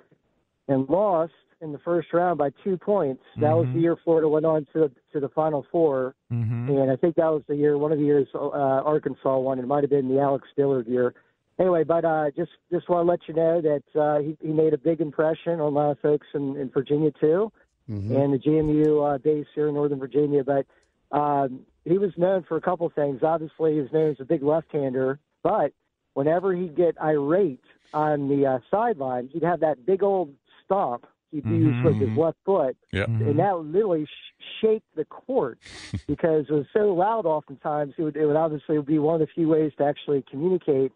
K: and lost in the first round by two points. That was the year Florida went on to the, to the Final Four, and I think that was the year one of the years uh, Arkansas won. It might have been the Alex Dillard year. Anyway, but uh, just just want to let you know that uh, he, he made a big impression on a lot of folks in, in Virginia too,
D: Mm-hmm.
K: and the GMU uh, base here in Northern Virginia. But um, he was known for a couple things. Obviously, he was known as a big left-hander, but whenever he'd get irate on the uh, sideline, he'd have that big old stomp he'd use with his left foot,
F: Yeah.
K: and that literally sh- shake the court because it was so loud. Oftentimes, it would, it would obviously be one of the few ways to actually communicate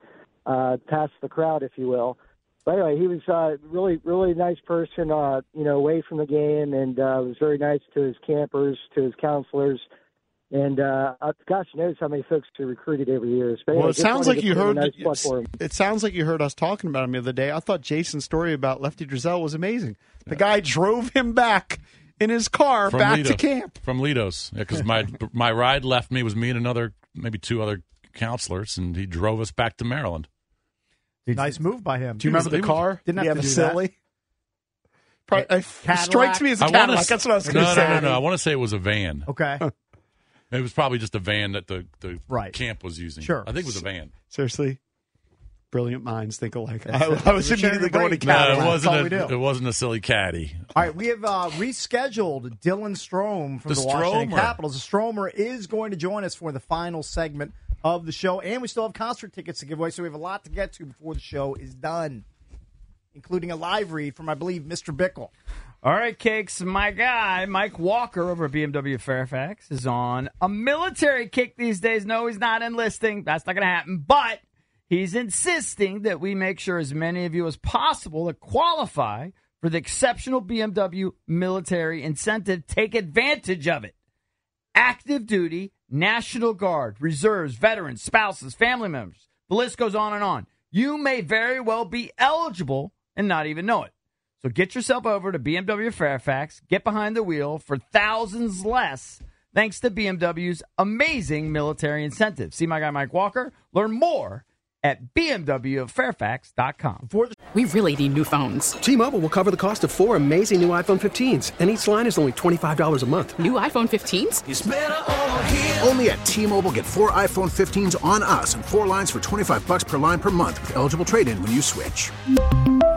K: uh, past the crowd, if you will. But anyway, he was uh, really, really nice person. Uh, you know, away from the game, and uh, was very nice to his campers, to his counselors, and uh, uh, gosh knows how many folks he recruited over the years. But
H: Well,
K: anyway,
H: it
K: just
H: sounds
K: wanted
H: like
K: to
H: you
K: give
H: heard.
K: him a nice platform.
H: It sounds like you heard us talking about him the other day. I thought Jason's story about Lefty Drizel was amazing. The guy drove him back in his car back to
F: Lido-
H: camp.
F: from Lido's because my <laughs> my ride left me was me and another maybe two other counselors, and he drove us back to Maryland.
C: nice move by him.
F: Do you remember the car?
C: Didn't have
F: Yeah,
C: to
F: the
C: do
F: silly.
C: that.
H: Probably, it strikes me as a
F: I wanna
H: Cadillac.
F: s-
H: That's what I was
F: no,
H: going to
F: no,
H: say.
F: No, no, I want to say it was a van.
C: Okay.
F: It was probably just a van that the, the
C: Right.
F: camp was using.
H: Sure.
F: I think it was a van.
H: Seriously, brilliant minds think
F: <laughs>
H: alike.
C: That's
H: I,
C: it.
H: I was
C: We're sharing
H: immediately
C: the
H: going to
C: brain. No,
H: Cadillac.
F: it wasn't.
C: all we do.
F: a, it wasn't a silly caddy.
C: All right, we have uh, rescheduled Dylan Strome from
F: The
C: the, Washington
F: Stromer.
C: Capitals. The Stromer is going to join us for the final segment of the show, and we still have concert tickets to give away, so we have a lot to get to before the show is done, including a live read from, I believe, Mr. Bickle.
D: All right, cakes. My guy, Mike Walker over at BMW Fairfax, is on a military kick these days. No, he's not enlisting. That's not going to happen. But he's insisting that we make sure as many of you as possible that qualify for the exceptional BMW military incentive take advantage of it. Active duty, National Guard, reserves, veterans, spouses, family members. The list goes on and on. You may very well be eligible and not even know it. So get yourself over to BMW Fairfax, get behind the wheel for thousands less thanks to BMW's amazing military incentive. See my guy Mike Walker. Learn more at bmwfairfax.com.
L: We really need new phones.
M: T-Mobile will cover the cost of four amazing new iPhone 15s, and each line is only $25 a month.
L: New iPhone 15s?
N: Only at T-Mobile get four iPhone 15s on us and four lines for 25 bucks per line per month with eligible trade-in when you switch.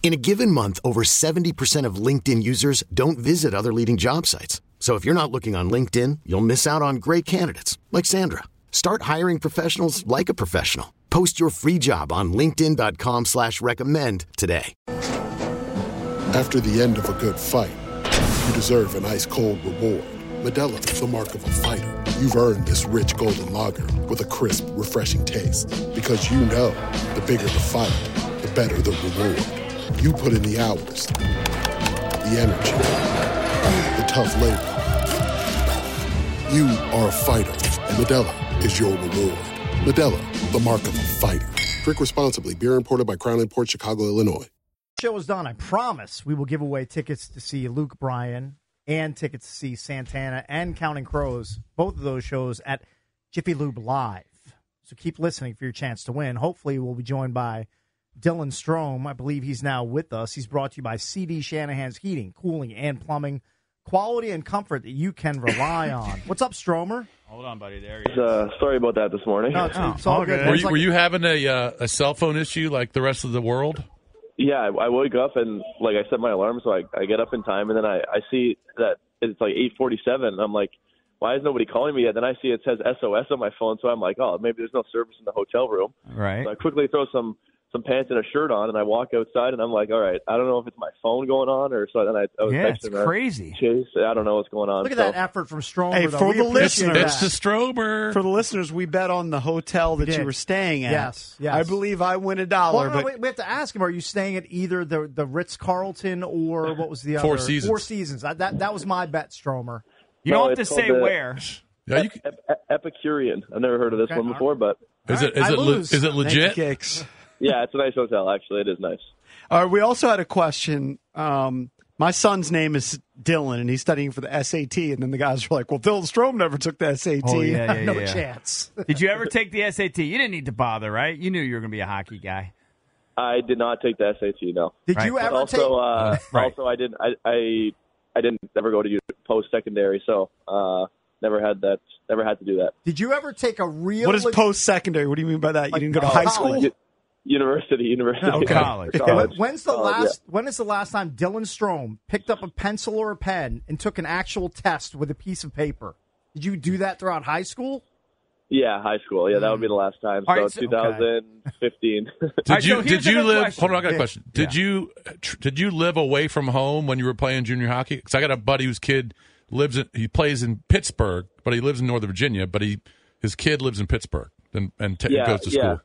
B: In a given month, over 70% of LinkedIn users don't visit other leading job sites. So if you're not looking on LinkedIn, you'll miss out on great candidates like Sandra. Start hiring professionals like a professional. Post your free job on linkedin.com/recommend slash recommend today.
O: After the end of a good fight, you deserve an ice cold reward. Medella is the mark of a fighter. You've earned this rich golden lager with a crisp, refreshing taste. Because you know the bigger the fight, the better the reward. You put in the hours, the energy, the tough labor. You are a fighter, and Medella is your reward. Medella, the mark of a fighter. Drink responsibly. Beer imported by Crown Port Chicago, Illinois.
C: Show is done. I promise we will give away tickets to see Luke Bryan and tickets to see Santana and Counting Crows, both of those shows at Jiffy Lube Live. So keep listening for your chance to win. Hopefully, we'll be joined by Dylan Strome. I believe he's now with us. He's brought to you by CD Shanahan's Heating, Cooling, and Plumbing. Quality and comfort that you can rely on. What's up, Stromer?
D: Hold on, buddy. There
P: Uh, sorry about that this morning.
H: Oh.
C: No, it's- it's all good.
F: Were
C: It's
F: you,
C: like-
F: were you having a uh, a cell phone issue like the rest of the world?
P: Yeah, I, I wake up and like I set my alarm, so I, I get up in time, and then I, I see that it's like 8:47. I'm like, why is nobody calling me yet? Then I see it says SOS on my phone, so I'm like, oh, maybe there's no service in the hotel room.
D: Right.
P: So I quickly throw some some pants and a shirt on, and I walk outside, and I'm like, all right, I don't know if it's my phone going on or so. Then I, I was
D: Yeah, it's
P: texting her,
D: crazy.
P: Chase, I don't know what's going on.
C: Look at
P: so-
C: that effort from Stromer.
H: Hey,
C: though.
H: for
C: We
H: the
C: appreciate
H: listeners,
C: that.
F: Strober.
H: For the listeners, we bet on the hotel that you
C: did.
H: were staying at.
C: Yes, yes.
H: I believe I win a
C: Well,
H: dollar,
C: no,
H: but
C: wait, we have to ask him: Are you staying at either the the Ritz Carlton or what was the other
H: Four Seasons.
C: Four Seasons. I, that that was my bet, Stromer.
P: No, it's called the-
F: <laughs>
P: Ep- Ep- Epicurean. I've never heard of this
C: Okay,
P: one before, but
F: Is it-
H: I lose. Thank you, Kicks.
P: <laughs> yeah, it's a nice hotel. Actually, it is nice.
H: All right, uh, we also had a question. Um, my son's name is Dylan, and he's studying for the SAT. And then the guys were like, "Well, Dylan Strom never took the SAT.
D: Oh,
H: <laughs>
D: yeah, yeah,
H: no
D: yeah.
H: chance."
D: <laughs> Did you ever take the SAT? You didn't need to bother, right? You knew you were going to be a hockey guy.
P: I did not take the SAT. No.
D: Did Right. you
P: But
D: ever
P: also,
D: take-
P: Uh,
D: Right.
P: Also, I didn't. I, I I didn't ever go to post secondary, so uh, never had that. Never had to do that.
C: Did you ever take a real?
H: What is
C: leg-
H: post secondary? What do you mean by that? You didn't go to
P: Oh,
H: high
P: college.
H: school?
P: University, university,
H: <laughs> Okay. College.
C: When- Oh, When's the
P: College, yeah.
C: last? When is the last time Dylan Strom picked up a pencil or a pen and took an actual test with a piece of paper? Did you do that throughout high school?
P: Yeah, high school. Yeah, that would be the last time.
C: All
P: so,
C: right, so-
P: 2015.
F: Did you did you live? Hold on, I got a question. Did you tr- did you live away from home when you were playing junior hockey? Because I got a buddy whose kid lives in he plays in Pittsburgh, but he lives in Northern Virginia. But he his kid lives in Pittsburgh and and t-
P: Yeah,
F: goes to
P: yeah.
F: school.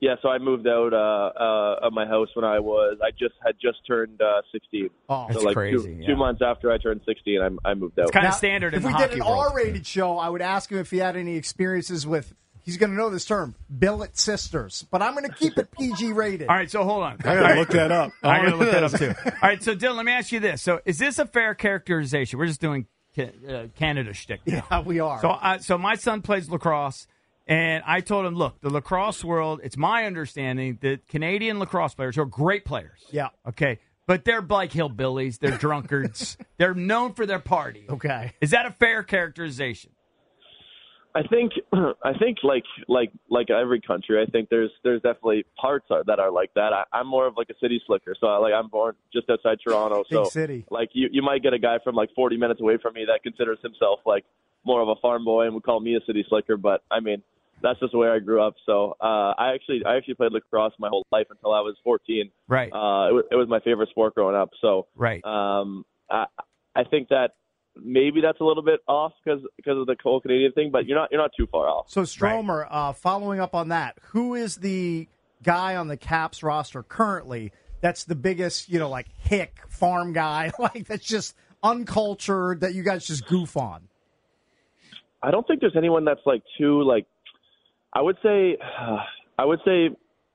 P: Yeah, so I moved out uh, uh, of my house when I was I just had just turned uh, 16.
C: Oh,
P: so
C: That's
P: like
C: crazy,
P: Two,
C: yeah.
P: two months after I turned 16, I, I moved out.
C: Now, If we did an R-rated show, I would ask him if he had any experiences with. He's going to know this term, billet sisters. But I'm going to keep it PG rated.
D: All right, so hold on.
C: I gotta
D: All right.
C: look that up.
D: I gotta look
C: <laughs>
D: that up too. All right, so Dylan, let me ask you this: So, is this a fair characterization? We're just doing ca- uh, Canada shtick. now.
C: Yeah, we
D: <laughs>
C: are.
D: So, I, so my son plays lacrosse, and I told him, look, the lacrosse world. It's my understanding that Canadian lacrosse players are great players.
C: yeah.
D: Okay, but they're like hillbillies. They're
C: <laughs>
D: drunkards. they're known for their party.
C: Okay.
D: Is that a fair characterization?
P: I think <clears throat> I think like like like every country, I think there's there's definitely parts are, that are like that. I, I'm more of like a city slicker, so I, like I'm born just outside Toronto, so
C: Big city.
P: like you you might get a guy from like 40 minutes away from me that considers himself like more of a farm boy and would call me a city slicker. But I mean, that's just where I grew up. So uh, I actually I actually played lacrosse my whole life until I was 14.
D: Right.
P: Uh, it, was, it was my favorite sport growing up. So
D: Right.
P: um, I I think that maybe that's a little bit off because because of the whole Canadian thing, but you're not you're not too far off.
C: So Stromer, uh, following up on that, who is the guy on the Caps roster currently that's the biggest, you know, like hick farm guy, <laughs> like that's just uncultured that you guys just goof on?
P: I don't think there's anyone that's like too like. I would say, <sighs> I would say,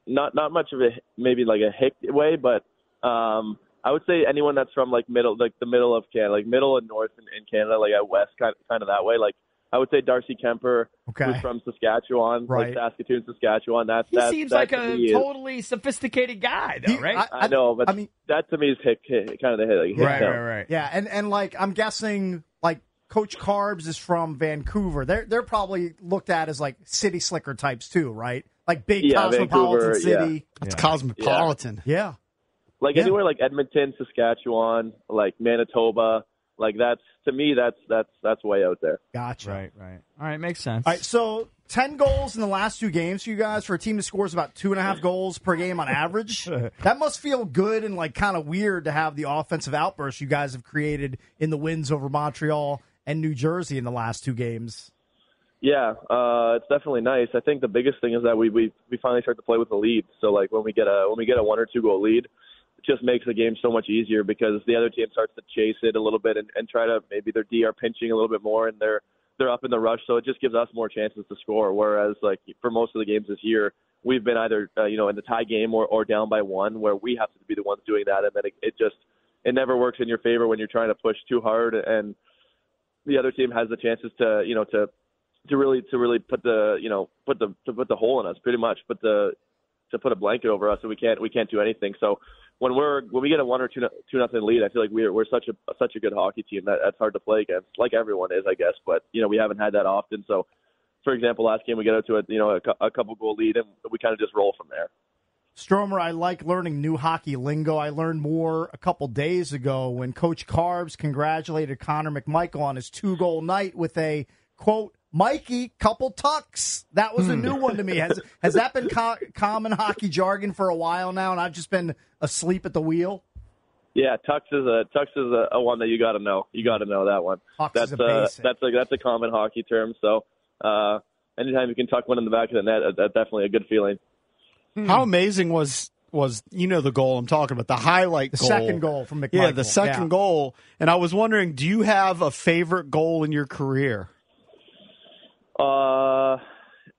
P: not not much of a maybe like a hick way, but um, I would say anyone that's from like middle like the middle of Canada, like middle and north in, in Canada, like at west kind kind of that way. Like I would say Darcy Kemper,
D: Okay.
P: who's from Saskatchewan,
D: Right.
P: like Saskatoon, Saskatchewan. That
D: He
P: that,
D: seems
P: that
D: like
P: to
D: a
P: me is-
D: totally sophisticated guy, though, right?
P: I, know, but that to me is hick, hick kind of the hick. Like, hick
D: Right,
P: town.
D: right, right.
C: Yeah, and and like I'm guessing like Coach Carbs is from Vancouver. They're they're probably looked at as like city slicker types too, right? Like big
P: Yeah,
C: cosmopolitan
P: Vancouver,
C: city.
P: yeah. That's Yeah.
H: cosmopolitan.
C: Yeah.
P: like
C: Yeah.
P: anywhere like Edmonton, Saskatchewan, like Manitoba, like that's to me that's that's that's way out there.
C: Gotcha.
D: Right, right. All right, makes sense.
C: All right, so ten goals in the last two games for you guys for a team that scores about two and a half goals per game on average. that must feel good and like kind of weird to have the offensive outburst you guys have created in the wins over Montreal and New Jersey in the last two games.
P: Yeah, uh, it's definitely nice. I think the biggest thing is that we we we finally start to play with a lead. So like when we get a when we get a one or two goal lead, it just makes the game so much easier because the other team starts to chase it a little bit and, and try to maybe their D are pinching a little bit more and they're they're up in the rush. So it just gives us more chances to score. Whereas like for most of the games this year, we've been either uh, you know in the tie game or or down by one where we have to be the ones doing that, and then it, it just it never works in your favor when you're trying to push too hard and the other team has the chances to you know to to really to really put the you know put the to put the hole in us pretty much put the to put a blanket over us and we can't we can't do anything so when we're when we get a one or two no- two nothing lead I feel like we're we're such a such a good hockey team that that's hard to play against like everyone is I guess but you know we haven't had that often so for example last game we get out to a you know a, cou- a couple goal lead and we kind of just roll from there
C: Stromer, I like learning new hockey lingo. I learned more a couple days ago when Coach Carbs congratulated Connor McMichael on his two goal night with a quote, Mikey, couple tucks. That was a new one to me. Has has that been co- common hockey jargon for a while now, and I've just been asleep at the wheel?
P: Yeah, Tux is a Tux is a, a one that you got to know. You got to know that one.
C: Tux
P: that's uh,
C: is a basic.
P: that's a that's a common hockey term. So uh, anytime you can tuck one in the back of the net, uh, that's definitely a good feeling.
C: Hmm.
H: How amazing was was you know the goal I'm talking about the highlight
C: The
H: goal.
C: second goal from McMichael.
H: Yeah, the second
C: Yeah.
H: goal. And I was wondering, do you have a favorite goal in your
C: <laughs>
H: career?
P: Uh,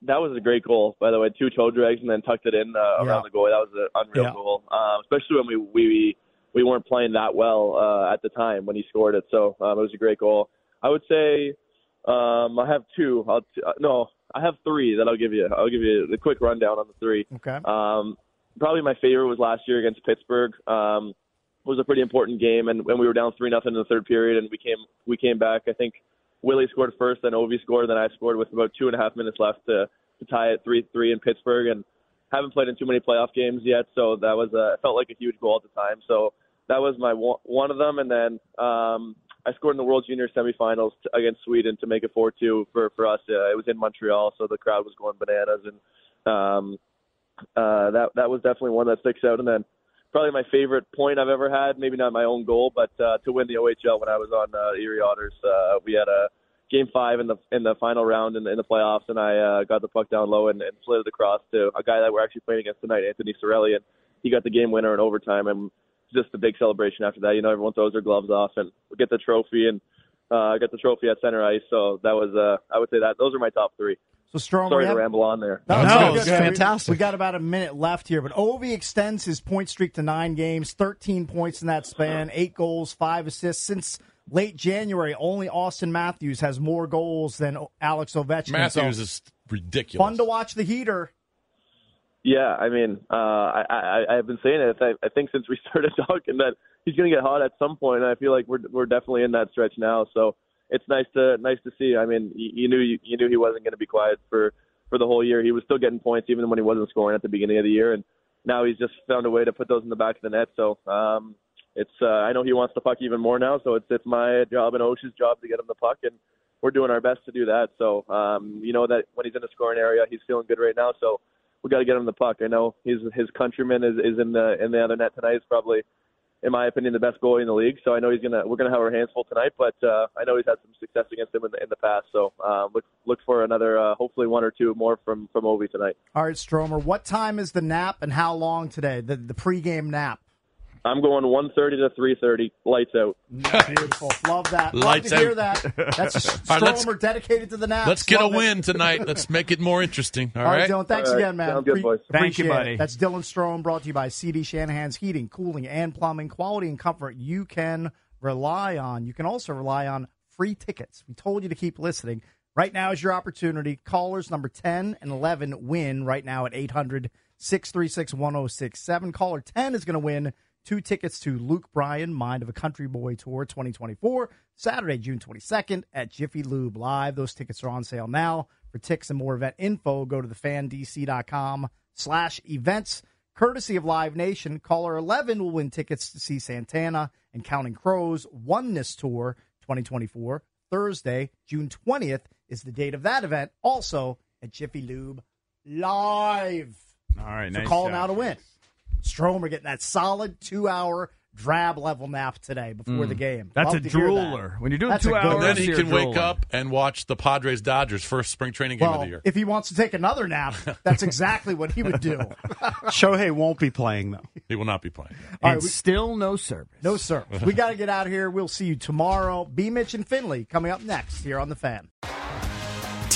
P: that was a great goal, by the way. Two toe drags and then tucked it in uh,
H: Yeah.
P: around the goal. That was an unreal
H: Yeah.
P: goal, um, especially when we, we we weren't playing that well uh, at the time when he scored it. So um, it was a great goal. I would say um, I have two. I'll t- uh, no, I have three that I'll give you. I'll give you the quick rundown on the three.
C: Okay.
P: Um, probably my favorite was last year against Pittsburgh. Um, it was a pretty important game, and, and we were down three nothing in the third period, and we came we came back. I think Willie scored first, then Ovi scored, then I scored with about two and a half minutes left to, to tie it three three in Pittsburgh, and haven't played in too many playoff games yet, so that was uh, it felt like a huge goal at the time. So that was my one, one of them, and then um, I scored in the World Junior semifinals t- against Sweden to make it four two for for us. Uh, it was in Montreal, so the crowd was going bananas, and um, uh, that that was definitely one that sticks out. And then probably my favorite point I've ever had, maybe not my own goal, but uh, to win the OHL when I was on uh, Erie Otters. Uh, we had a game five in the in the final round in the, in the playoffs, and I uh, got the puck down low and, and slid it across to a guy that we're actually playing against tonight, Anthony Sorelli, and he got the game winner in overtime. And just a big celebration after that. You know, everyone throws their gloves off and we get the trophy and. Uh, I got the trophy at center ice, so that was uh, I would say that those are my top three.
C: So strong.
P: Sorry
C: we
P: to
C: have-
P: ramble on there.
C: No,
H: No,
C: it's
H: it's fantastic.
C: We, we got about a minute left here, but Ovi extends his point streak to nine games, 13 points in that span, eight goals, five assists. Since late January, only Austin Matthews has more goals than O- Alex Ovechkin.
F: Matthews
C: So,
F: is ridiculous.
C: fun to watch the heater.
P: Yeah, I mean, uh, I, I I- I've been saying it. I, I think since we <laughs> started talking that he's going to get hot at some point. And I feel like we're we're definitely in that stretch now. So it's nice to nice to see. I mean, you, you knew you, you knew he wasn't going to be quiet for for the whole year. He was still getting points even when he wasn't scoring at the beginning of the year, and now he's just found a way to put those in the back of the net. So um, it's uh, I know he wants the puck even more now. So it's it's my job and Osh's job to get him the puck and. We're doing our best to do that. So, um, you know that when he's in the scoring area, he's feeling good right now. So, we got to get him the puck. I know his his countryman is is in the in the other net tonight. Is probably, in my opinion, the best goalie in the league. So I know he's gonna we're gonna have our hands full tonight. But uh, I know he's had some success against him in the, in the past. So um, look look for another uh, hopefully one or two more from from Ovi tonight.
C: All right, Stromer, what time is the nap and how long today? The, the pregame nap.
P: I'm going 1:30 to 3:30. Lights out.
C: Beautiful. Love that.
F: Lights
C: Love to hear
F: out.
C: that. That's
F: <laughs> All
C: Stromer
F: right, let's-
C: dedicated to the nap.
F: Let's get a
C: Love it.
F: win tonight. Let's make it more interesting.
C: All right,
F: right,
C: Dylan. Thanks again, man. Pre-
D: Thank you,
C: appreciate
D: buddy.
C: it. That's Dylan Strome, brought to you by CD Shanahan's Heating, Cooling, and Plumbing. Quality and comfort you can rely on. You can also rely on free tickets. We told you to keep listening. Right now is your opportunity. Callers number 10 and 11 win right now at 800 636 1067. Caller 10 is going to win two tickets to Luke Bryan, Mind of a Country Boy Tour 2024, Saturday, June 22nd at Jiffy Lube Live. Those tickets are on sale now. For ticks and more event info, go to thefandc.com slash events. Courtesy of Live Nation, caller 11 will win tickets to see Santana and Counting Crows Oneness Tour 2024. Thursday, June 20th is the date of that event, also at Jiffy Lube Live.
D: All right,
C: So
D: nice
C: calling
D: job.
C: out a win. Stromer getting that solid two hour drab level nap today before
F: Mm.
C: the game.
F: That's
C: Love
F: a
C: to hear that.
F: drooler.
D: When you're doing
C: That's a
D: two
C: good
D: hours,
C: one.
F: Then he can wake up and watch the Padres Dodgers first spring training game of
C: Well,
F: the year.
C: if he wants to take another
F: <laughs>
C: nap, that's exactly what he would do.
H: Shohei won't be playing though.
F: He will not be playing.
C: All right, we-
D: still no service.
C: No sir. We got to get out of here. We'll see you tomorrow. B. Mitch and Finley coming up next here on the Fan.